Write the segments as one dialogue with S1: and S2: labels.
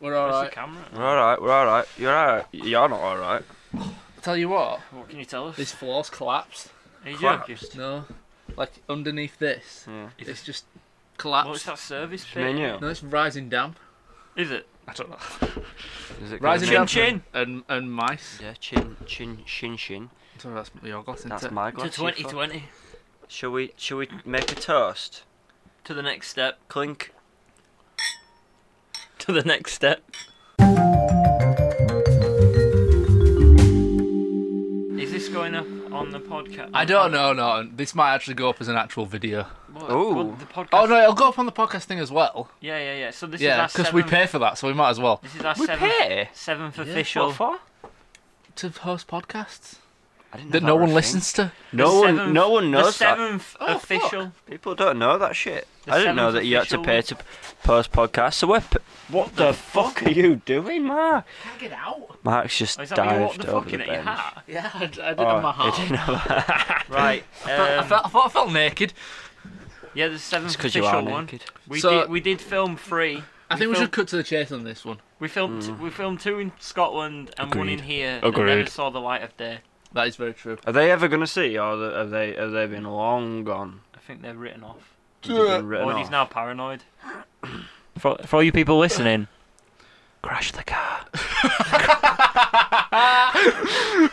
S1: We're all
S2: Where's
S1: right.
S2: the camera?
S3: We're alright, we're alright. You're alright. You're not alright.
S1: Tell you what,
S2: What can you tell us?
S1: this floor's collapsed.
S2: Are you
S3: crap.
S2: joking?
S1: No, like underneath this,
S3: Yeah.
S1: it's just
S2: What's
S1: collapsed.
S2: that service
S3: It's me and
S2: pit?
S3: you.
S1: No, it's rising damp.
S2: Is it?
S1: I don't know.
S3: Is it
S1: Rising
S3: gonna-
S1: damp
S2: chin.
S1: and and mice.
S3: Yeah, chin, chin, shin, shin.
S1: So that's your glass.
S3: That's
S1: isn't it?
S3: my
S2: To
S3: glass. you
S2: 2020.
S3: fuck. Shall we, shall we make a toast?
S2: To the next step.
S3: Clink.
S2: To the next step. Is this going up on the podcast?
S1: I don't know. No, this might actually go up as an actual video.
S2: What?
S3: Ooh.
S2: Well, the podcast.
S1: Oh no, it'll go up on the podcast thing as well.
S2: Yeah, yeah, yeah. So this
S1: yeah,
S2: is our
S1: because
S2: seventh.
S1: we pay for that, so we might as well.
S2: This is our
S3: We
S2: seventh,
S3: pay?
S2: seventh
S1: Yeah.
S2: official.
S3: What for?
S1: To host podcasts
S3: I didn't know
S1: that no
S3: were a
S1: one
S3: thing.
S1: listens to.
S3: No
S2: seventh-
S3: one, no
S2: the
S3: one knows that.
S2: seventh
S1: Oh, fuck.
S2: official.
S3: People don't know that shit.
S2: The
S3: I didn't know
S2: seventh
S3: that you had to
S2: official-
S3: pay to p- post podcasts. So we're p- what the fuck are you doing, Mark?
S1: Can't get out.
S3: Mark's just
S2: Oh, is that what you what
S3: dived
S2: the
S3: over
S2: fucking
S3: the
S2: at your
S3: bench.
S2: hat?
S1: Yeah, I, I did
S3: Oh,
S1: on my
S3: he
S1: heart.
S3: didn't have a-
S2: Right.
S1: I,
S2: um,
S1: felt, I thought I felt naked.
S2: yeah, the seventh
S3: It's because you
S2: official
S3: are
S2: one.
S3: naked.
S2: We
S1: So-
S2: did. We did film three.
S1: I think we
S2: felt-
S1: should cut to the chase on this one.
S2: We filmed. We filmed two in Scotland and one in
S3: Agreed.
S2: here. That never
S3: Agreed.
S2: saw the light of day.
S1: That is very true.
S3: Are they ever gonna see, or th- have they have they been long gone?
S2: I think they're written off.
S3: Have they been written
S2: Or he's
S3: off?
S2: now paranoid. For, for all you people listening,
S3: Crash the car.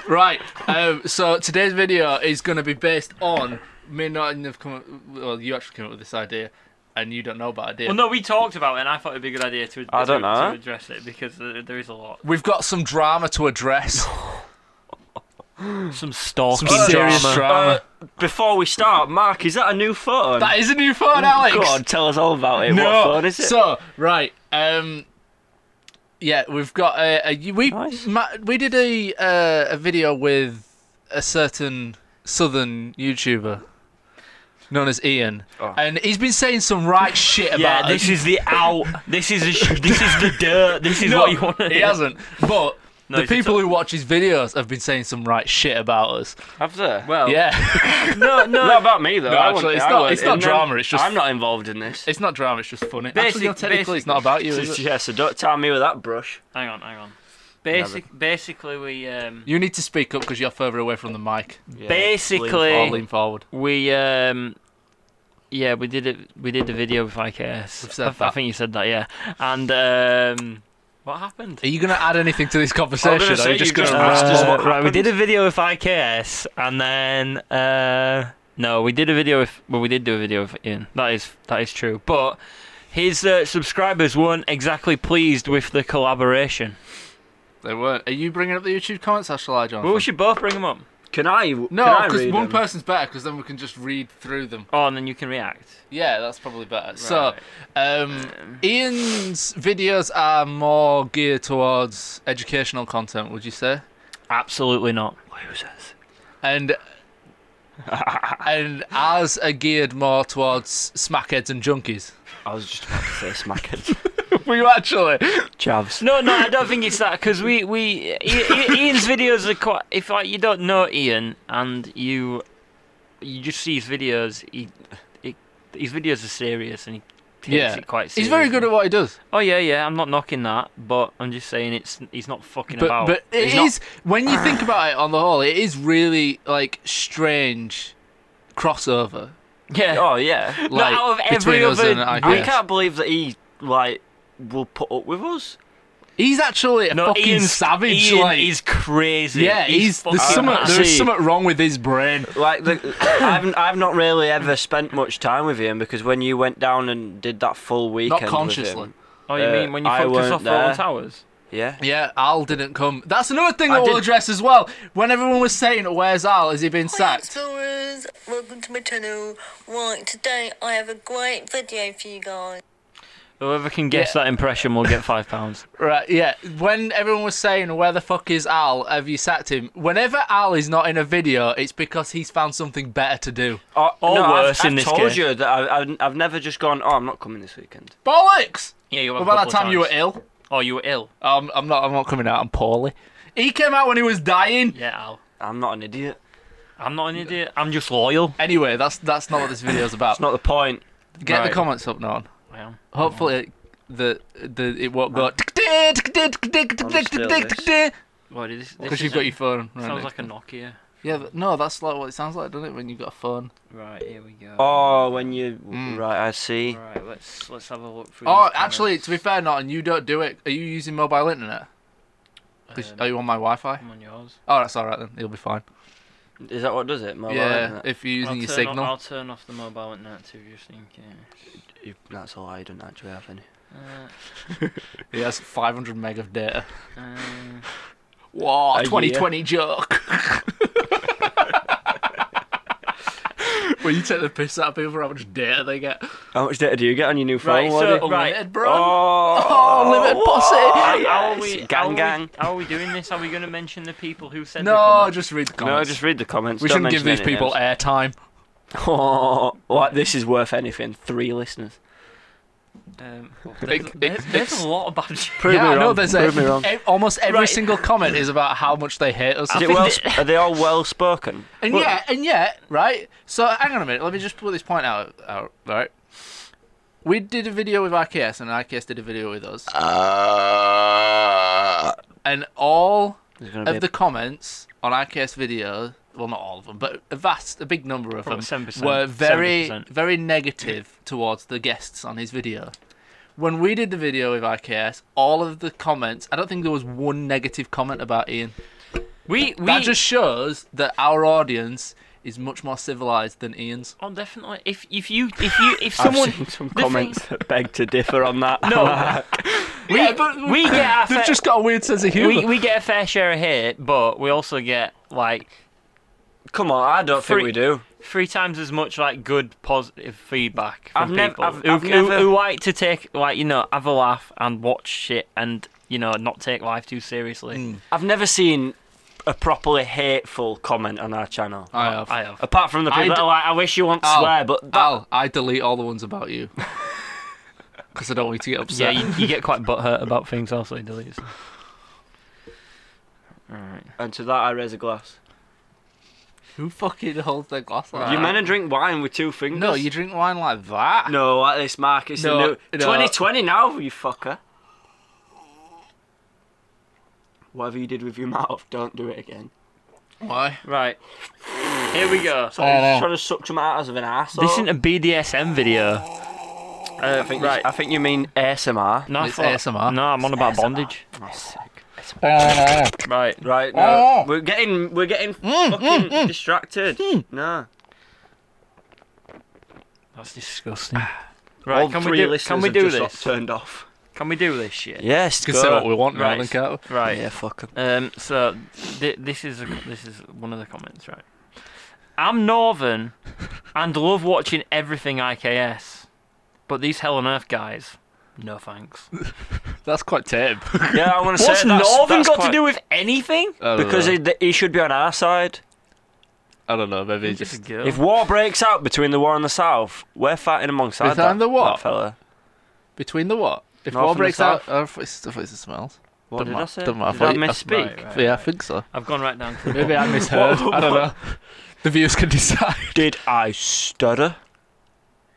S1: Right. Um, so today's video is going to be based on me not even have come. Up, well, you actually came up with this idea, and you don't know about idea.
S2: well, no, we talked about it, and I thought it'd be a good idea to,
S3: I don't
S2: to,
S3: know.
S2: to address it because there, there is a lot,
S1: We've got some drama to address.
S2: some stalking,
S1: some serious drama.
S3: Uh, Before we start, Mark, is that a new phone?
S1: that is a new phone, Alex.
S3: Go on, tell us all about it.
S1: No.
S3: Oh, What phone is it?
S1: So right. Um. Yeah, we've got a, a we
S3: Nice.
S1: ma, we did a uh, a video with a certain southern YouTuber known as Ian,
S3: Oh.
S1: and he's been saying some right shit about
S2: Yeah, this is the out. This is the sh- this is the dirt. This is
S1: no,
S2: what you want. to
S1: He hasn't. But
S2: No,
S1: the
S2: he's a
S1: people
S2: top-
S1: who watch his videos have been saying some right shit about us.
S3: have they?
S2: Well,
S1: Yeah,
S3: no, no, not about me though.
S1: No,
S3: I wouldn't-
S1: actually, it's
S3: I
S1: not-
S3: wouldn't-
S1: it's not
S3: and
S1: drama, it's just-
S3: I'm not involved in this.
S1: it's not drama. It's just funny. Actually,
S2: Basic-
S1: no, technically, it's
S2: basic-
S1: not about you.
S3: So-
S1: Is it?
S3: yeah, so don't tell me with that brush.
S2: hang on, hang on. Basic, basically, we um,
S1: You need to speak up because you're further away from the mic.
S2: Basically-
S1: Or
S2: Hey.
S1: lean forward.
S2: we um, yeah, we did it. We did the video with IKS.
S1: We've said
S2: I, I
S1: that.
S2: think you said that, yeah. And um, what happened?
S1: Are you gonna add anything to this conversation?
S3: say,
S1: or are you just
S3: you just
S1: gonna
S3: asked
S1: roast
S3: us
S1: us?
S3: what
S2: Uh, right, we
S3: happened?
S2: did a video with IKS, and then uh, no, we did a video with well, we did do a video with Ian. That is that is true, but his uh, subscribers weren't exactly pleased with the collaboration.
S1: They weren't. Are you bringing up the YouTube comments, or shall I, John?
S2: Well, we should both bring them up.
S3: Can I?
S1: no, because one person's better, because then we can just read through them.
S2: Oh, and then you can react.
S1: Yeah, that's probably better. So, um, Ian's videos are more geared towards educational content, would you say?
S2: Absolutely not.
S1: And and ours are geared more towards smackheads and junkies.
S3: I was just about to say smacking.
S1: Were you actually?
S3: Javs.
S2: No, no, I don't think it's that because we we I- I- Ian's videos are quite. If like you don't know Ian and you you just see his videos, he, he his videos are serious and he takes
S1: Yeah.
S2: it quite. Seriously.
S1: He's very good at what he does,
S2: Oh yeah, yeah. I'm not knocking that, but I'm just saying it's he's not fucking
S1: but
S2: about.
S1: but it is
S2: He's not-
S1: when you think about it on the whole, it is really like strange crossover.
S2: yeah.
S3: Oh yeah.
S2: No,
S1: like,
S2: out of every
S1: between us
S2: other,
S1: and I
S3: I
S1: Yes.
S3: can't believe that he like will put up with us.
S1: He's actually a
S2: no,
S1: fucking
S2: Ian's,
S1: savage.
S2: Ian
S1: like,
S2: is crazy.
S1: yeah, he's,
S2: fucking
S1: there's something
S2: mad.
S1: there's
S3: See.
S1: something wrong with his brain.
S3: Like the, I've I've not really ever spent much time with him because when you went down and did that full
S1: Not
S3: weekend, with
S1: consciously.
S3: him,
S2: Oh, you
S3: Uh,
S2: mean when you
S3: I
S2: fucked us
S3: weren't
S2: off Roland
S3: there.
S2: Towers?
S3: yeah,
S1: Yeah, Al didn't come. That's another thing
S3: I
S1: that we'll
S3: did-
S1: address as well. When everyone was saying, "Where's Al? Has he
S4: Oh,
S1: been sacked?"
S4: Tourers, welcome to my channel. Right, today I have a great video for you guys.
S2: Whoever can guess that impression will get five pounds.
S1: Right, yeah. When everyone was saying, where the fuck is Al? Have you sacked him? Whenever Al is not in a video, it's because he's found something better to do.
S3: or,
S2: or
S3: no, I've-
S2: worse
S3: I've,
S2: in this
S3: told
S2: case.
S3: you that I, I've I've never just gone. Oh, I'm not coming this weekend.
S1: Bollocks!
S2: Yeah, you
S1: What about that time you were ill?
S2: Oh, you were ill.
S1: Um, I'm not. I'm not coming out. I'm poorly. He came out when he was dying.
S2: Yeah, Al.
S3: I'm not an idiot.
S2: I'm not an idiot. I'm just loyal.
S1: Anyway, that's that's not what this video's about.
S3: That's not the point.
S1: Get
S2: right. Mm-hmm.
S1: the comments up, Norton.
S2: I am.
S1: Hopefully, the the it won't go
S2: What is this?
S1: because you've got your phone. right
S2: Sounds
S1: next
S2: like a
S1: to it.
S2: Nokia.
S1: Yeah, but no, that's like what it sounds like, doesn't it? When you've got a phone.
S2: Right, here we go.
S3: Oh, when you
S1: Mm.
S3: right, I see.
S2: Right, let's let's have a look through.
S1: Oh,
S2: these
S1: actually, to be fair, Norton, you don't do it. Are you using mobile internet? 'Cause-
S2: comments.
S1: Are
S2: Um,
S1: you on my Wi-Fi?
S2: I'm on yours.
S1: Oh, that's all right then. You'll be fine.
S3: Is that what does it? Mobile
S1: Yeah,
S3: internet?
S1: if you're using
S2: I'll
S1: your
S2: turn
S1: signal.
S2: o- I'll turn off the mobile internet too, just in case.
S3: You- That's all. I don't actually have any.
S2: Uh,
S1: He has 500 meg of data.
S3: Oh,
S2: uh,
S1: Wow,
S3: A
S1: 2020 joke. When you take the piss out of people for how much data they get.
S3: How much data do you get on your new phone?
S2: Right, so-
S3: Wally?
S1: Unlimited,
S2: Right.
S1: bro.
S3: oh,
S1: Oh, limited posse.
S3: wow,
S2: uh, how are
S3: yes,
S2: we, how are
S3: gang
S2: we-
S3: gang.
S2: How are we doing this? Are we going to mention the people who said the
S1: no,
S2: comments?
S1: just read the
S3: No,
S1: comments.
S3: just read the comments.
S1: we
S3: don't
S1: shouldn't give these
S3: mention any
S1: people
S3: names.
S1: airtime.
S3: Oh, what? This is worth anything. Three listeners.
S2: Um, well,
S1: It-
S2: there's,
S1: it-
S2: there's, there's
S1: it's-
S2: a lot of bad shit.
S3: Prove
S1: yeah,
S3: me
S1: I
S3: wrong.
S1: know there's
S3: Prove
S1: a,
S3: me wrong.
S1: ev- almost every
S2: Right.
S1: single comment is about how much they hate us.
S3: Is it well, sp- are they all well spoken?
S1: And
S3: Well-
S1: yet, and yet, right? So hang on a minute. Let me just pull this point out. out right? We did a video with IKS, and IKS did a video with us. and all
S3: There's gonna be
S1: of the comments on IKS video, well, not all of them, but a vast, a big number of
S2: Probably
S1: them
S2: 7%,
S1: were very,
S2: 70%.
S1: very negative towards the guests on his video. When we did the video with IKS, all of the comments, I don't think there was one negative comment about Ian.
S2: We we
S1: That just shows that our audience is much more civilized than Ian's.
S2: Oh, definitely. If if you if you if
S3: I've
S2: someone
S3: seen some
S2: the thing-
S3: comments that beg to differ on that.
S2: no, we we get our
S1: They've
S2: fair,
S1: just got a weird sense of humor.
S2: we, we get a fair share of hate, but we also get like
S3: come on, I don't
S2: Three-
S3: think we do.
S2: three times as much like good positive feedback
S3: I've
S2: from
S3: nev-
S2: people
S3: I've-
S2: who,
S3: I've
S2: who,
S3: never-
S2: who like to take like you know have a laugh and watch shit and you know not take life too seriously.
S3: I've never seen a properly hateful comment on our channel.
S1: I have.
S2: I have.
S3: Apart from the people
S1: I
S3: that
S1: d- Oh,
S3: are like, I wish you won't
S1: Al,
S3: swear, but that,
S1: Al, I delete all the ones about you. Because I don't want you to get
S2: Yeah,
S1: upset.
S2: you, you get quite butthurt about things. Also, it deletes. Alright.
S3: and to that I raise a glass.
S1: Who fucking holds their glass like
S3: You
S1: that?
S3: men to drink wine with two fingers?
S1: No, you drink wine like that.
S3: No, like this, Mark. It's the
S1: No,
S3: new-
S1: no.
S3: 2020 now, you fucker. Whatever you did with your mouth, don't do it again.
S1: Why?
S2: Right. Here we go.
S3: So he's
S1: no.
S3: trying to suck some out of an ass.
S2: Oh, This isn't a BDSM video.
S3: Uh, I think
S2: right.
S3: I think you mean ASMR.
S2: No, I
S1: It's
S2: thought-
S1: ASMR.
S2: No, I'm on about bondage. Right.
S3: Right. No,
S1: Oh.
S3: we're getting we're getting fucking distracted. No.
S2: That's disgusting. Right,
S3: All
S2: can
S3: three
S2: we do,
S3: listeners
S2: can we
S3: have
S2: do
S3: just
S2: this?
S3: got Turned off.
S2: Can we do this shit?
S3: Yes.
S1: Can say what we want now,
S2: Right.
S1: then, can't we?
S2: Right.
S3: Yeah. Fuck 'em.
S2: Um. So th- this is a, this is one of the comments, right? I'm northern, and love watching everything IKS, but these hell on earth guys, no thanks.
S1: That's quite tame.
S3: Yeah, I want to say
S2: What's
S3: that's,
S2: northern
S3: that's
S2: got
S3: quite-
S2: to do with anything?
S1: I don't
S3: Because
S1: know.
S3: he, th- he should be on our side.
S1: I don't know, maybe
S2: Just a
S1: just.
S2: girl.
S3: If war breaks out between the war and the south, we're fighting amongst
S1: Between
S3: that,
S1: the what?
S3: that fella.
S1: Between the what? If
S3: North
S1: war
S3: and the
S1: breaks out.
S3: south.
S1: Oh, I thought it smells.
S3: What
S1: Don't
S3: did
S1: ma-
S3: I say?
S1: don't matter.
S3: Did I
S1: I-
S3: misspeak?
S2: Right, right,
S1: yeah, I
S2: right.
S1: think so.
S2: I've gone right down to the
S1: Maybe I misheard. I don't know. The viewers can decide.
S3: Did I stutter?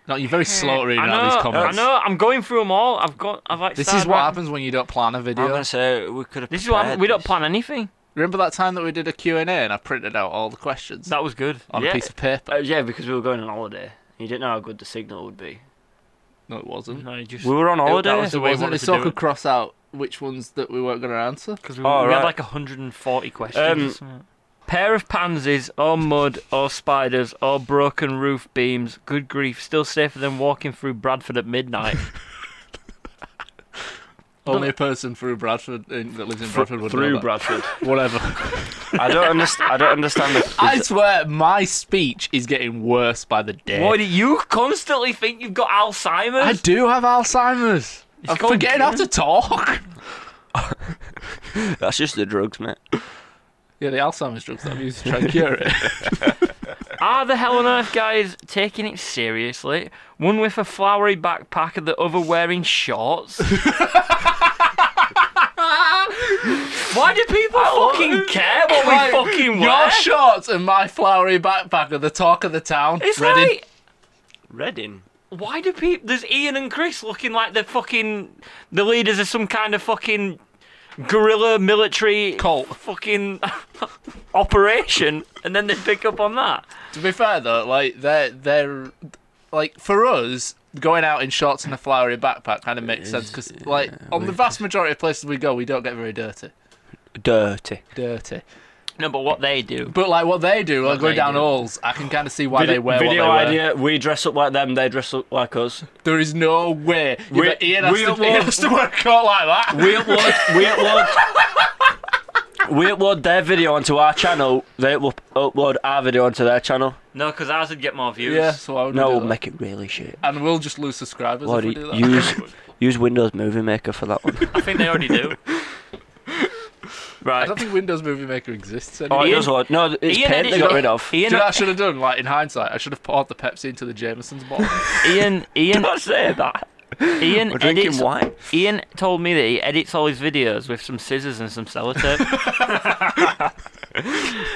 S1: No, you're very slow at reading
S2: I know,
S1: out these
S2: I
S1: comments.
S2: know. I'm going through them all. I've got. I've like.
S1: This is
S2: started
S1: what
S2: writing-
S1: happens when you don't plan a
S3: I'm
S1: video.
S3: gonna say we could have.
S2: This is what happens. We don't plan anything.
S1: Remember that time that we did a Q&A and I printed out all the questions
S2: That was good.
S1: on a
S3: yeah.
S1: piece of paper?
S3: Uh, yeah, because we were going on holiday. You didn't know how good the signal would be.
S1: No, it wasn't.
S2: No, you just
S3: We were on
S2: that
S3: holiday.
S2: was-
S1: it
S2: the way we
S1: wasn't.
S2: wanted
S1: It's
S2: to
S1: so
S2: do
S1: I could
S2: it.
S1: cross out which ones that we weren't going to answer.
S2: because we,
S3: Oh,
S2: we had
S3: right.
S2: like 140 questions.
S3: Um,
S2: or something. Pair of pansies, or mud, or spiders, or broken roof beams. Good grief, still safer than walking through Bradford at midnight.
S1: Only a person through Bradford in, that lives in Bradford would know
S3: through
S1: that.
S3: Bradford.
S1: Whatever.
S3: I don't understand. I don't understand this.
S1: I swear, my speech is getting worse by the day.
S2: Why do you constantly think you've got
S1: I
S2: Alzheimer's?
S1: do have Alzheimer's. I'm
S2: called
S1: forgetting how to talk.
S3: That's just the drugs, mate.
S1: Yeah, the Alzheimer's drugs that I'm using to try and cure it.
S2: Are the Hell on Earth guys taking it seriously? One with a flowery backpack and the other wearing shorts? Why do people fucking care what we
S1: Like,
S2: fucking wear?
S1: Your shorts and my flowery backpack are the talk of the town.
S2: it's
S1: Reading.
S2: like
S3: Reading.
S2: Why do people? There's Ian and Chris looking like they're fucking the leaders of some kind of fucking guerrilla military
S1: Cult.
S2: fucking operation, and then they pick up on that.
S1: To be fair though, like they're they're like for us going out in shorts and a flowery backpack kind of makes sense because like on the vast majority of places we go, we don't get very dirty.
S3: Dirty.
S1: Dirty.
S2: No, but what they do.
S1: But like what they do, like going
S2: they
S1: down
S2: do.
S1: halls, I can kind of see why
S3: video
S1: they wear what they
S3: video
S1: wear.
S3: idea: we dress up like them, they dress up like us.
S1: There is no way we,
S3: We-
S1: Ian, has
S3: we
S1: to,
S3: upload-
S1: Ian has to wear a coat like that.
S3: We upload. we upload. We upload their video onto our channel. They will upload our video onto their channel.
S2: No, because ours would get more views.
S1: yeah, so I would
S3: No,
S1: do
S3: we'll
S1: that.
S3: make it really shit.
S1: and we'll just lose subscribers
S3: Lord,
S1: if we do that.
S3: use use Windows Movie Maker for that one.
S2: I think they already do.
S1: I
S2: right.
S1: don't think Windows Movie Maker exists
S3: oh,
S1: anymore.
S3: it
S2: Ian-
S3: does work. No, it's
S2: Ian
S3: paint
S2: edits
S3: they got
S2: your-
S3: rid of.
S1: Do you
S2: Ian,
S1: know what I should have done? Like in hindsight, I should have poured the Pepsi into the Jameson's bottle.
S2: Ian, Ian,
S3: Don't say that.
S2: Ian
S3: We're drinking
S2: edits.
S3: wine.
S2: Ian told me that he edits all his videos with some scissors and some sellotape.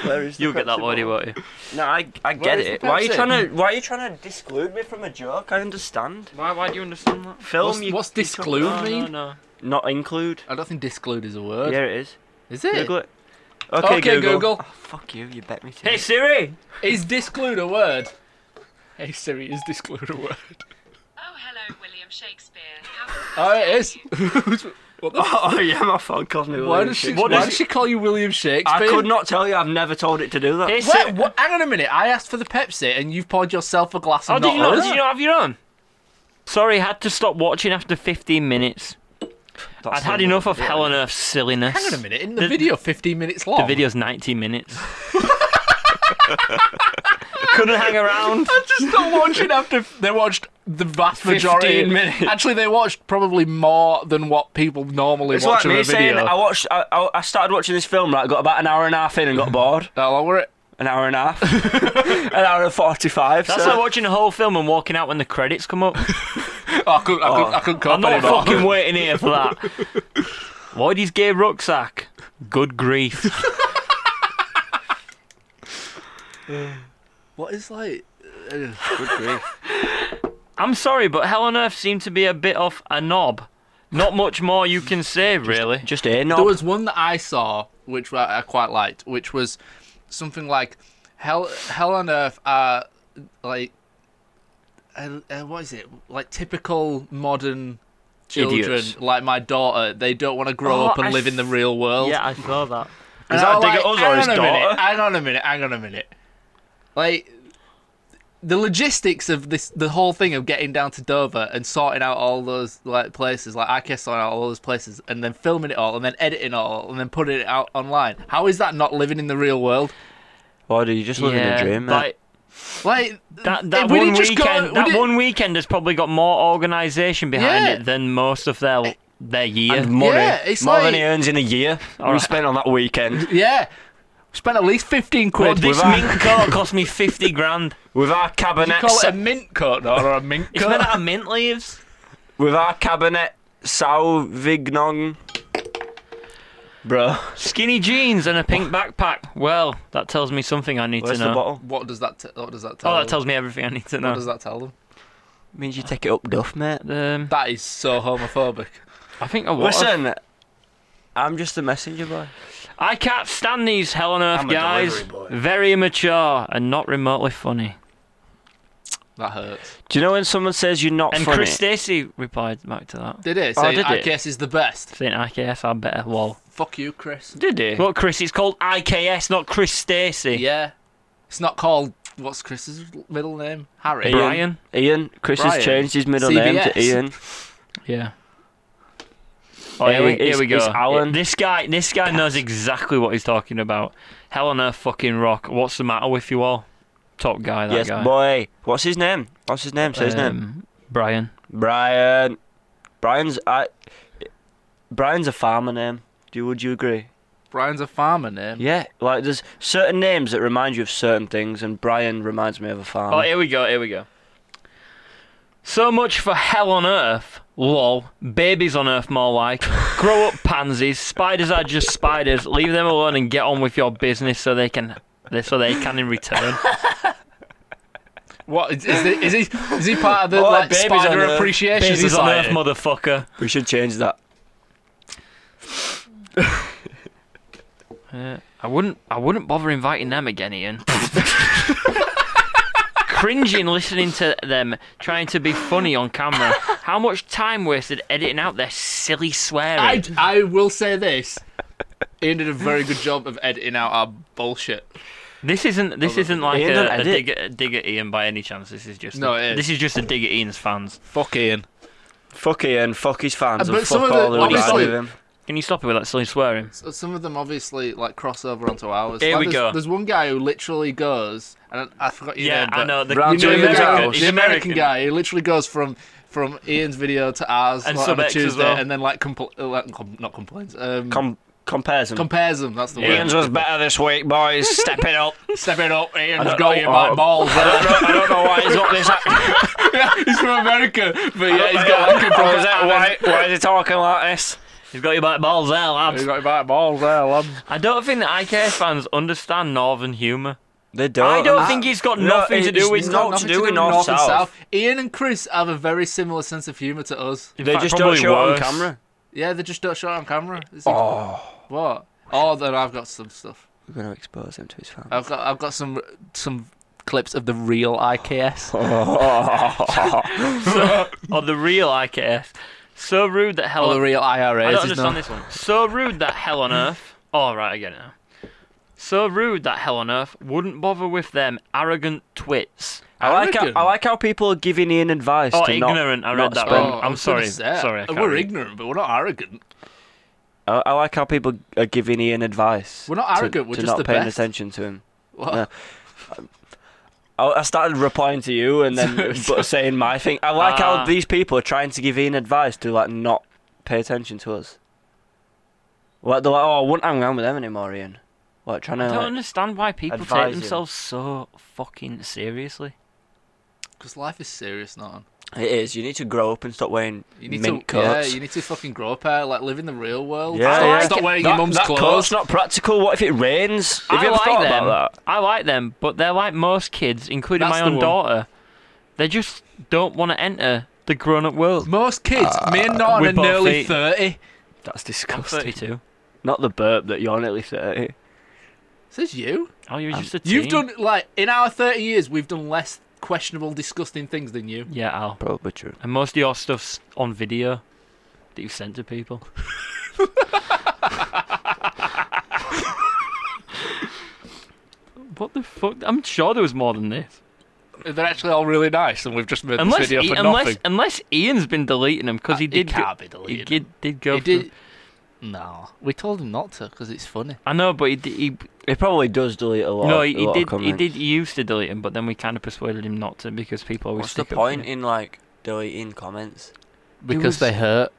S3: Where is
S2: You'll get that, Lordy, won't you?
S3: No, I, I get
S1: is the
S3: it. Why are you
S1: Pepsi?
S3: trying to Why are you trying to disclude me from a joke? I understand.
S2: Why? Why do you understand that?
S3: Film.
S1: What's-
S3: you,
S1: what's
S3: you can't-
S1: disclude?
S2: No, no,
S1: mean?
S2: no.
S3: Not include.
S1: I don't think disclude is a word.
S3: Yeah, it is.
S1: Is it?
S3: Google it.
S1: Uh, Okay, Google.
S3: Oh, fuck you. You bet me. To
S2: Hey Siri.
S1: Is disclude a word? Hey Siri, is disclude a word?
S5: Oh, hello, William Shakespeare. How can I
S1: Oh, it
S5: help
S1: is.
S5: you?
S1: what the
S3: Oh, oh, yeah, my phone calls me.
S1: Why
S3: William
S1: does she?
S3: Shakespeare.
S1: why
S3: What
S1: does
S3: is-
S1: she call you William Shakespeare?
S3: I could not tell you. I've never told it to do that.
S2: Hey
S1: Wait,
S2: Siri.
S1: what, hang on a minute. I asked for the Pepsi, and you've poured yourself a glass.
S2: Oh,
S1: and
S2: did you not?
S1: us.
S2: Did you not have your own? Sorry, had to stop watching after 15 minutes. I'd had enough of hell on earth silliness.
S1: Hang on a minute. In the,
S2: The-
S1: video, 15 minutes long.
S2: The video's 90 minutes. Couldn't hang around.
S1: I'm just not watching after they watched the vast majority.
S3: 15 minutes.
S1: Actually, they watched probably more than what people normally
S3: It's
S1: watch
S3: like
S1: on
S3: me
S1: a video.
S3: saying I watched. I, I, I started watching this film. Right, got about an hour and a half in and got bored.
S1: How long were it?
S3: An hour and a half. an hour and forty-five.
S2: That's
S3: so.
S2: like watching a whole film and walking out when the credits come up.
S1: Oh, I couldn't. I couldn't, I couldn't cope
S2: I'm not
S1: anymore.
S2: fucking waiting here for that. Lloydie's gay rucksack. Good grief.
S1: What is like?
S2: I'm sorry, but Hell on Earth seemed to be a bit off a knob. Not much more you can say, really.
S3: just a knob.
S1: There was one that I saw which I I quite liked, which was something like hell. Hell on earth are like. Uh, uh, what is it like? Typical modern children,
S2: Idiots.
S1: like my daughter, they don't want to grow
S2: Oh,
S1: up and
S2: I
S1: live in the real world.
S2: Yeah, I saw that.
S1: And
S3: Is that
S1: I'm
S3: a dig at us or
S1: Uh, hang
S3: his
S1: on a Minute,
S3: daughter?
S1: hang on a minute. Hang on a minute. Like the logistics of this, the whole thing of getting down to Dover and sorting out all those like places, like I guess sorting out all those places, and then filming it all, and then editing it all, and then putting it out online. How is that not living in the real world?
S3: Or do you just live in a dream? mate.
S2: like,
S1: Like
S2: that,
S1: eh,
S2: that
S1: would it
S2: one
S1: just go-
S2: weekend,
S1: would
S2: that
S1: it-
S2: one weekend has probably got more organisation behind
S1: Yeah.
S2: it than most of their their year.
S3: and money.
S1: Yeah, it's
S3: More than
S1: like-
S3: he earns in a year. We
S2: right.
S3: spent on that weekend.
S1: Yeah, spent at least fifteen
S2: Well,
S1: quid.
S2: this
S3: without-
S2: mink coat cost me fifty grand.
S3: With our
S1: you
S3: cabinet,
S1: call it
S3: sa-
S1: a mint coat though, or a mink
S2: It's made
S1: coat?
S2: out of mint leaves.
S3: with our cabinet, Sauvignon, bro.
S2: Skinny jeans and a pink backpack. Well, that tells me something I need
S3: Where's
S2: to
S3: the
S2: know.
S3: bottle?
S1: What does that? T- what does that tell?
S2: oh, that
S1: them?
S2: tells me everything I need to
S1: What does
S2: know.
S1: that tell them?
S3: Means you take it up, duff, mate.
S2: Um,
S1: That is so homophobic.
S2: I think I was.
S3: Listen, I'm just a messenger boy.
S2: I can't stand these Hell on Earth
S3: I'm a
S2: guys.
S3: delivery boy.
S2: Very immature and not remotely funny.
S1: That hurts.
S3: Do you know when someone says you're not
S2: And
S3: funny?
S2: Chris Stacey replied back to that,
S1: Did it?
S2: Oh,
S1: Saying
S2: did it?
S1: IKS is the best.
S2: saying, "IKS, I better." Lol.
S1: Fuck you, Chris.
S3: did he?
S2: Look, Chris, it's called IKS, not Chris Stacey.
S1: Yeah. It's not called what's Chris's middle name? Harry.
S3: Ian.
S2: Brian.
S3: Ian. Chris
S1: Brian.
S3: has changed his middle name to
S1: CBS.
S3: Ian.
S2: Yeah. Oh, here,
S3: Hey,
S2: we,
S3: it's-
S2: here we go.
S3: it's Alan.
S2: This guy, this guy knows exactly what he's talking about. Hell on earth, fucking rock. What's the matter with you all? Top guy, that
S3: Yes,
S2: guy.
S3: boy. What's his name? What's his name? Say his name.
S2: Um, Brian.
S3: Brian. Brian's I. Brian's a farmer name. Do would you agree?
S1: Brian's a farmer name.
S3: Yeah, like there's certain names that remind you of certain things, and Brian reminds me of a farmer.
S2: Oh, here we go. Here we go. So much for hell on earth. Lol. Babies on earth, more like. Grow up, pansies. Spiders are just spiders. Leave them alone and get on with your business, so they can, so they can in return.
S1: What is, is, it, is he? Is he part of the
S3: Oh,
S1: like
S3: babies
S1: spider
S3: on Earth.
S1: appreciation
S2: Babies on Earth,
S1: society?
S2: motherfucker.
S3: We should change that.
S2: Uh, I wouldn't. I wouldn't bother inviting them again, Ian. Cringing listening to them trying to be funny on camera. How much time wasted editing out their silly swearing?
S1: I, I will say this. Ian did a very good job of editing out our bullshit.
S2: This isn't. This isn't like
S3: Ian don't
S2: a, a,
S3: edit.
S2: dig, a dig at Ian by any chance. This is just.
S1: No,
S2: a,
S1: it is.
S2: This is just a dig at Ian's fans.
S1: Fuck Ian.
S3: Fuck Ian, fuck his fans,
S1: Uh, but
S3: and
S1: some
S3: fuck
S1: of the-
S3: all who ride
S1: obviously-
S3: with him.
S2: Can you stop it with that silly swearing?
S1: So some of them obviously like cross over onto ours.
S2: Here
S1: Like,
S2: we
S1: there's,
S2: go.
S1: There's one guy who literally goes, and I forgot your
S2: Yeah,
S1: name.
S2: I
S1: but
S2: know, the-
S1: you
S3: Round
S1: know
S3: two
S1: the,
S3: in the
S1: American-
S3: house.
S1: the
S2: He's
S1: American
S2: American.
S1: guy. He literally goes from from Ian's video to ours
S2: And
S1: like, on a
S2: sub-X as
S1: Tuesday,
S2: well.
S1: and then like, compl- uh, like com- not complains, um,
S3: Com- compares him.
S1: compares them. That's the word.
S3: Ian's was better this week, boys. Step it up.
S1: Step it up, Ian's
S3: don't
S1: got
S3: know,
S1: you by
S3: uh,
S1: balls.
S3: I don't know, I don't know why he's up this. I
S1: he's from America, but yeah,
S3: don't
S1: he's
S3: know
S1: got like a
S3: why-
S1: proper-
S3: is that why, why is he talking like this?
S2: He's got you by the balls there,
S1: He's
S2: lads.
S1: got you by balls there, lad.
S2: I don't think that IKEA fans understand Northern humour.
S3: They don't.
S2: I don't think he's got nothing to do with
S3: it's not to
S1: Nothing
S3: do with north,
S1: and
S3: south.
S1: Ian and Chris have a very similar sense of humour to us.
S2: In
S3: They
S2: fact,
S3: just don't
S2: probably
S3: show it on
S2: worse.
S3: camera.
S1: Yeah, they just don't show it on camera. It's like- What? Oh, then I've got some stuff.
S3: We're gonna expose him to his fans.
S1: I've got I've got some some clips of the real IKS.
S2: Oh. Or the real IKF. So rude that hell.
S1: Or the real IRAs.
S2: I don't
S1: is
S2: understand
S1: not-
S2: this one. So rude that hell on earth. All right, I get it now. So rude that hell on earth wouldn't bother with them arrogant twits.
S3: I like how,
S1: Arrogant.
S3: I like how people are giving Ian advice.
S2: Oh,
S3: to
S2: ignorant,
S3: Not,
S2: I read
S3: not
S2: that
S3: spend-
S2: wrong.
S1: Oh,
S2: I'm
S1: I was
S2: sorry.
S1: gonna say,
S2: Sorry, I can't
S1: We're
S2: read.
S1: ignorant, but we're not arrogant.
S3: I, I like how people are giving Ian advice.
S1: We're not
S3: to-
S1: arrogant, we're
S3: to
S1: just
S3: not
S1: the
S3: paying
S1: best.
S3: attention to him.
S1: What?
S3: Yeah. I, I started replying to you and then but saying my thing. I like
S2: Ah.
S3: how these people are trying to give Ian advice to like not pay attention to us. Like they're like, oh, I wouldn't hang around with them anymore, Ian. Like trying to.
S2: I don't
S3: like-
S2: understand why people take
S3: advise him.
S2: themselves so fucking seriously.
S1: Because life is serious, not.
S3: It is. You need to grow up and stop wearing
S1: You need
S3: mint
S1: to yeah,
S3: coats.
S1: you need to fucking grow up out, like live in the real world.
S3: Yeah,
S1: stop,
S3: yeah.
S1: stop wearing
S3: that,
S1: your mum's
S3: that coat's
S1: clothes.
S3: not practical. What if it rains? Have
S2: I
S3: you ever
S2: like
S3: thought
S2: them.
S3: about that?
S2: I like them, but they're like most kids, including
S1: That's
S2: my
S1: the
S2: own
S1: one.
S2: daughter. They just don't want to enter the grown-up world.
S1: Most kids, me and Norton
S2: with
S1: are
S2: both
S1: nearly
S2: feet.
S1: thirty.
S3: That's
S2: I'm
S3: disgusting.
S2: 32.
S3: Not the burp that you're nearly 30.
S1: Says you.
S2: Oh, you're just a teen.
S1: Um, You've done like in our thirty years, we've done less questionable, disgusting things than you.
S2: Yeah, Al.
S3: Probably true.
S2: And most of your stuff's on video that you've sent to people. what the fuck? I'm sure there was more than this.
S1: They're actually all really nice, and we've just made this
S2: Unless,
S1: video
S2: I-
S1: for
S2: unless,
S1: nothing.
S2: unless Ian's been deleting them because he
S1: Uh, he
S2: did. go-
S1: can't be deleting
S2: He did, did go.
S1: He
S2: through-
S1: did. No, we told him not to because it's funny.
S2: I know, but he did, he
S3: It probably does delete a lot.
S2: no
S3: of-
S2: he,
S3: a
S2: he
S3: lot of
S2: did he
S3: comments.
S2: did used to delete him, but then we kind of persuaded him not to because people always.
S3: What's the
S2: stick up for
S3: point
S2: you.
S3: in like deleting comments?
S1: Because
S2: was-
S1: they hurt.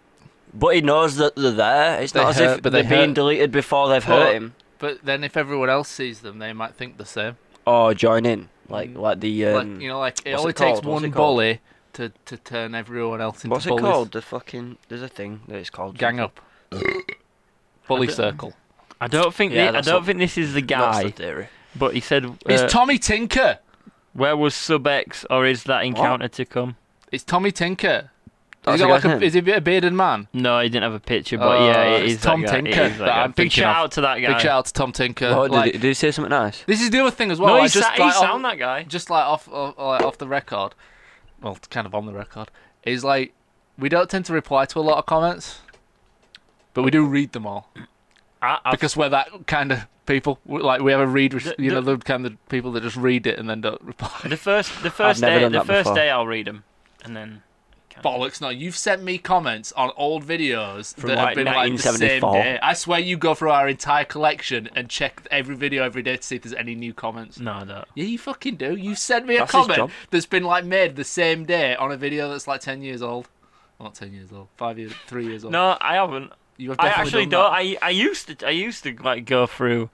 S3: But he knows that they're there. It's
S1: They
S3: not as
S1: hurt,
S3: if
S1: but
S3: they're
S1: they
S3: being
S1: hurt.
S3: deleted before they've hurt
S1: But-
S3: him.
S1: But then if everyone else sees them, they might think the same.
S3: Or join in, like
S1: Mm.
S3: like the. Um,
S1: like you know, like it
S3: what's
S1: only
S3: it
S1: takes
S3: called? What's
S1: one
S3: it called?
S1: bully to, to turn everyone else into
S3: what's it
S1: bullies.
S3: called? The fucking there's a thing that it's called.
S1: Gang up. bully
S2: I don't-
S1: circle.
S2: I don't think
S3: Yeah,
S2: thi- I
S3: that's
S2: don't
S3: what-
S2: think this is the
S3: That's the
S2: guy,
S3: theory.
S2: but he said uh,
S1: it's Tommy Tinker.
S2: where was sub X or is that encounter to come?
S1: It's Tommy Tinker. Has
S3: That's
S1: he
S3: the
S1: got like
S3: guy's
S1: a,
S3: name.
S1: is he a bearded man?
S2: No, he didn't have a picture, but
S1: Oh,
S2: yeah, it
S1: it's
S2: is
S1: Tom
S2: that guy. It
S1: Tinker
S2: is that
S1: that
S2: guy.
S1: I'm
S2: Big
S1: thinking
S2: shout
S1: of.
S2: out to that guy.
S1: Big shout out to Tom Tinker.
S3: Oh,
S1: like-
S3: did, he, did he say something nice?
S1: this is the other thing as well.
S2: no,
S1: I
S2: he,
S1: just,
S2: sa- he
S1: like, on-
S2: sound that um, guy.
S1: just like off off, like, off the record, well, it's kind of on the record, is like we don't tend to reply to a lot of comments, but we do read them all
S2: I, I,
S1: because we're that kind of people. We're Like we have a read, res-
S2: The-
S1: you know, the kind of people that just read it and then don't reply.
S2: the first the first
S3: never
S2: day
S3: done
S2: the
S3: that
S2: first
S3: before.
S2: day I'll read him, and then
S1: Bollocks! No, you've sent me comments on old videos
S3: From,
S1: that
S3: like,
S1: have been like the same
S3: 1974.
S1: day. I swear, you go through our entire collection and check every video every day to see if there's any new comments.
S2: no, I don't.
S1: Yeah, you fucking do. You sent me a
S3: That's his
S1: comment
S3: job.
S1: that's been like made the same day on a video that's like ten years old. Not ten years old. Five years, three years old.
S2: No, I haven't.
S1: you have
S2: I
S1: definitely
S2: actually
S1: done
S2: don't.
S1: that.
S2: I I used to I used to like go through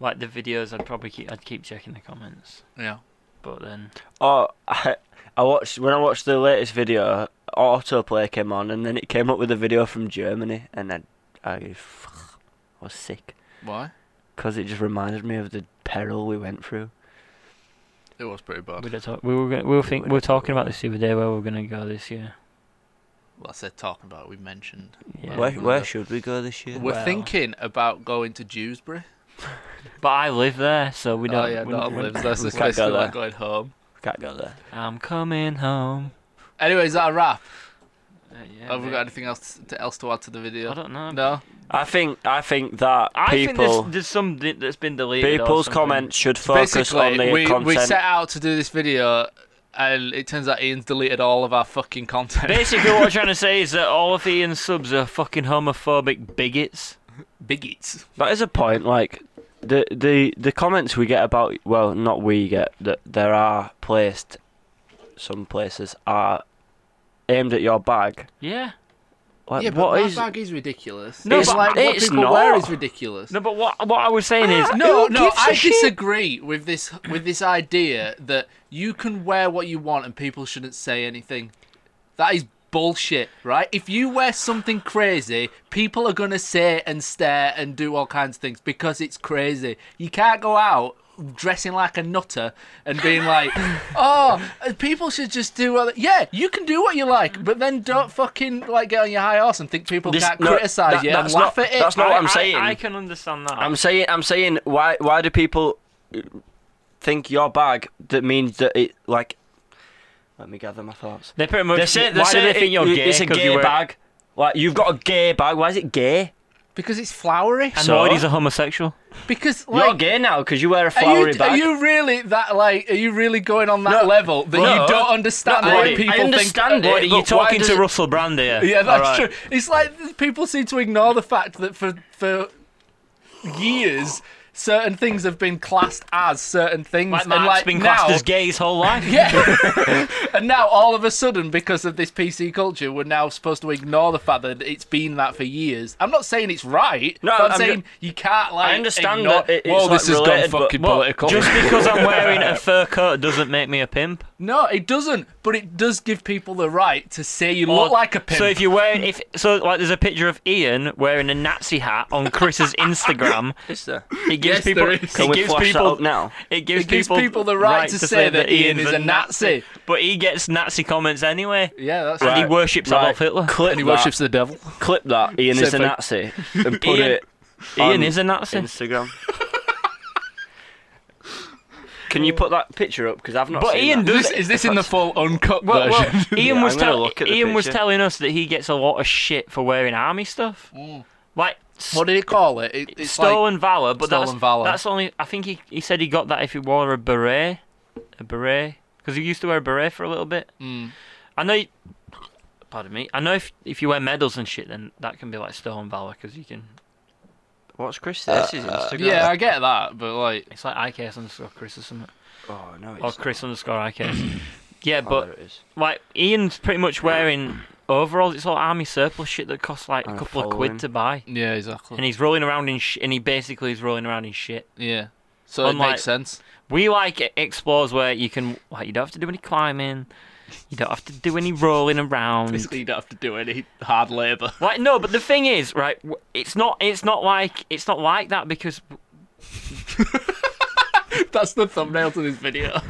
S2: like the videos. I'd probably keep I'd keep checking the comments,
S1: Yeah.
S2: but then
S3: Oh, I, I watched when I watched the latest video, autoplay came on, and then it came up with a video from Germany, and I, I, f- I was sick
S1: Why?
S3: because it just reminded me of the peril we went through.
S1: It was pretty bad.
S2: We, don't talk, we were gonna, we were think, we were talking about this the other day where we were gonna go this year.
S1: Well, I said talking about. It, we mentioned.
S2: Yeah.
S3: where
S1: Well,
S3: where
S1: uh,
S3: should we go this year?
S1: We're
S2: Well.
S1: thinking about going to Dewsbury.
S2: But I live there, so we
S1: oh
S2: don't.
S1: yeah,
S2: we-
S1: Dom
S2: we-
S1: lives there, so
S3: we
S1: it's
S3: can't
S1: basically
S3: go
S1: like
S3: there.
S1: going home.
S3: Can't go there.
S2: I'm coming home.
S1: Anyways, that a wrap.
S2: Uh, yeah,
S1: Have Oh, we
S2: mate.
S1: got anything else to, else to add to the video?
S2: I don't know.
S1: No.
S3: I think I think that
S2: I think
S3: people
S2: there's, there's some di- that's been deleted. or
S3: people's
S2: something.
S3: comments should focus on
S1: Basically,
S3: the
S1: we,
S3: content.
S1: we set out to do this video, and it turns out Ian's deleted all of our fucking content.
S2: Basically, what I'm trying to say is that all of Ian's subs are fucking homophobic bigots.
S1: bigots.
S3: That is a point. Like the the the comments we get about well, not we get that there are placed some places are aimed at your bag.
S2: Yeah.
S3: Like
S1: yeah, but
S3: what
S1: my
S3: is?
S1: bag is ridiculous.
S2: No,
S1: it's
S2: but
S1: like what
S3: it's
S1: people wear
S3: not.
S1: is ridiculous.
S2: No, but what what I was saying is
S1: No,
S3: Who
S1: no,
S3: gives a
S1: I
S3: shit?
S1: disagree with this with this idea that you can wear what you want and people shouldn't say anything. That is bullshit, right? If you wear something crazy, people are gonna say and stare and do all kinds of things because it's crazy. You can't go out dressing like a nutter and being like, "Oh, people should just do what." Yeah, you can do what you like, but then don't fucking like get on your high horse and think people
S3: This-
S1: can't
S3: no,
S1: criticize
S3: that-
S1: you and
S3: that's
S1: laugh
S3: not-
S1: at it.
S3: that's not what
S2: I-
S3: I'm
S2: I-
S3: saying.
S2: I can understand that.
S3: I'm saying I'm saying why why do people think your bag that means that it like? Let me gather my thoughts.
S2: They pretty much.
S3: They say, they
S2: why do
S3: say
S2: they think you're
S3: it-
S2: gay?
S3: It's a
S2: 'Cause
S3: gay
S2: you wear-
S3: bag. Like you've got a gay bag. Why is it gay?
S1: because it's flowery.
S2: And
S3: So?
S2: Lloyd is a homosexual.
S1: Because like,
S3: you're gay now because you wear a
S1: Are
S3: flowery
S1: you,
S3: bag.
S1: are you really that like? Are you really going on that
S3: No,
S1: level that
S3: no,
S1: you don't understand
S3: no,
S1: why
S3: I- I
S1: people
S3: understand
S1: think?
S3: it.
S2: Lloyd, you're
S3: but why
S2: talking
S3: does
S2: to
S3: it-
S2: Russell Brand here.
S1: Yeah, that's
S2: Alright.
S1: true. It's like people seem to ignore the fact that for for years certain things have been classed as certain things,
S2: Like
S1: and
S2: Mark's
S1: like
S2: been
S1: now,
S2: classed as gay his whole life.
S1: yeah, and now all of a sudden because of this PC culture, we're now supposed to ignore the fact that it's been that for years. I'm not saying it's right.
S3: No,
S1: but I'm,
S3: I'm ju-
S1: saying you can't like.
S3: I understand
S1: ignore,
S3: that it- it's,
S1: Whoa,
S3: like,
S1: this has gone
S3: related, but-
S1: fucking
S3: well,
S1: political.
S2: Just because I'm wearing a fur coat doesn't make me a pimp.
S1: No, it doesn't. But it does give people the right to say you
S2: Or-
S1: look like a pimp.
S2: So if you're wearing, if so, like there's a picture of Ian wearing a Nazi hat on Chris's Instagram.
S3: Is there?
S2: It gives
S1: Yes,
S2: people.
S1: there
S2: It
S1: is.
S3: Can we
S2: gives
S3: flash that
S2: people
S3: up now?
S2: It gives,
S1: It gives people the right to say that Ian is a Nazi.
S2: But he gets Nazi comments anyway.
S1: yeah, that's
S2: And
S1: right.
S2: he worships
S3: right.
S2: Adolf Hitler.
S3: Clip
S1: And he
S3: that.
S1: worships the devil.
S3: Clip that. Ian is a
S1: Same
S3: Nazi. And put
S2: Ian-
S3: it
S2: Ian
S1: Um,
S3: on
S2: is a Nazi.
S3: Instagram. Can you put that picture up? Because I've not.
S2: But
S3: seen
S2: Ian
S3: that.
S2: does-
S1: Is this, is this in the full uncut
S2: Well, well,
S1: version?
S2: Ian
S3: Yeah,
S2: was
S3: I'm gonna
S2: tell-
S3: look at the
S2: Ian was
S3: picture.
S2: telling us that he gets a lot of shit for wearing army stuff. Like
S1: Mm. what did he call it? it it's like,
S2: stolen valor, but that's
S1: stolen valor.
S2: that's only. I think he he said he got that if he wore a beret, a beret, because he used to wear a beret for a little bit.
S1: Mm.
S2: I know. You, pardon me. I know if if you wear medals and shit, then that can be like stolen valor because you can.
S3: What's Chris? This is Instagram.
S1: uh, yeah, I get that, but like,
S2: It's like IKS underscore Chris or something,
S3: Oh no. It's
S2: or
S3: not.
S2: Chris underscore IKS. yeah,
S3: Oh,
S2: but
S3: there it is.
S2: like Ian's pretty much wearing overalls. It's all army surplus shit that costs like a
S3: And a
S2: couple of
S3: following.
S2: quid to buy.
S1: yeah,
S2: And
S1: exactly.
S2: he's rolling around in sh- and he basically is rolling around in shit.
S1: Yeah, so it
S2: Unlike-
S1: makes sense.
S2: We like e- explores where you can like you don't have to do any climbing, you don't have to do any rolling around.
S1: you don't have to do any hard labour.
S2: Like no, but the thing is, right? w- It's not it's not like it's not like that because
S1: That's the thumbnail to this video.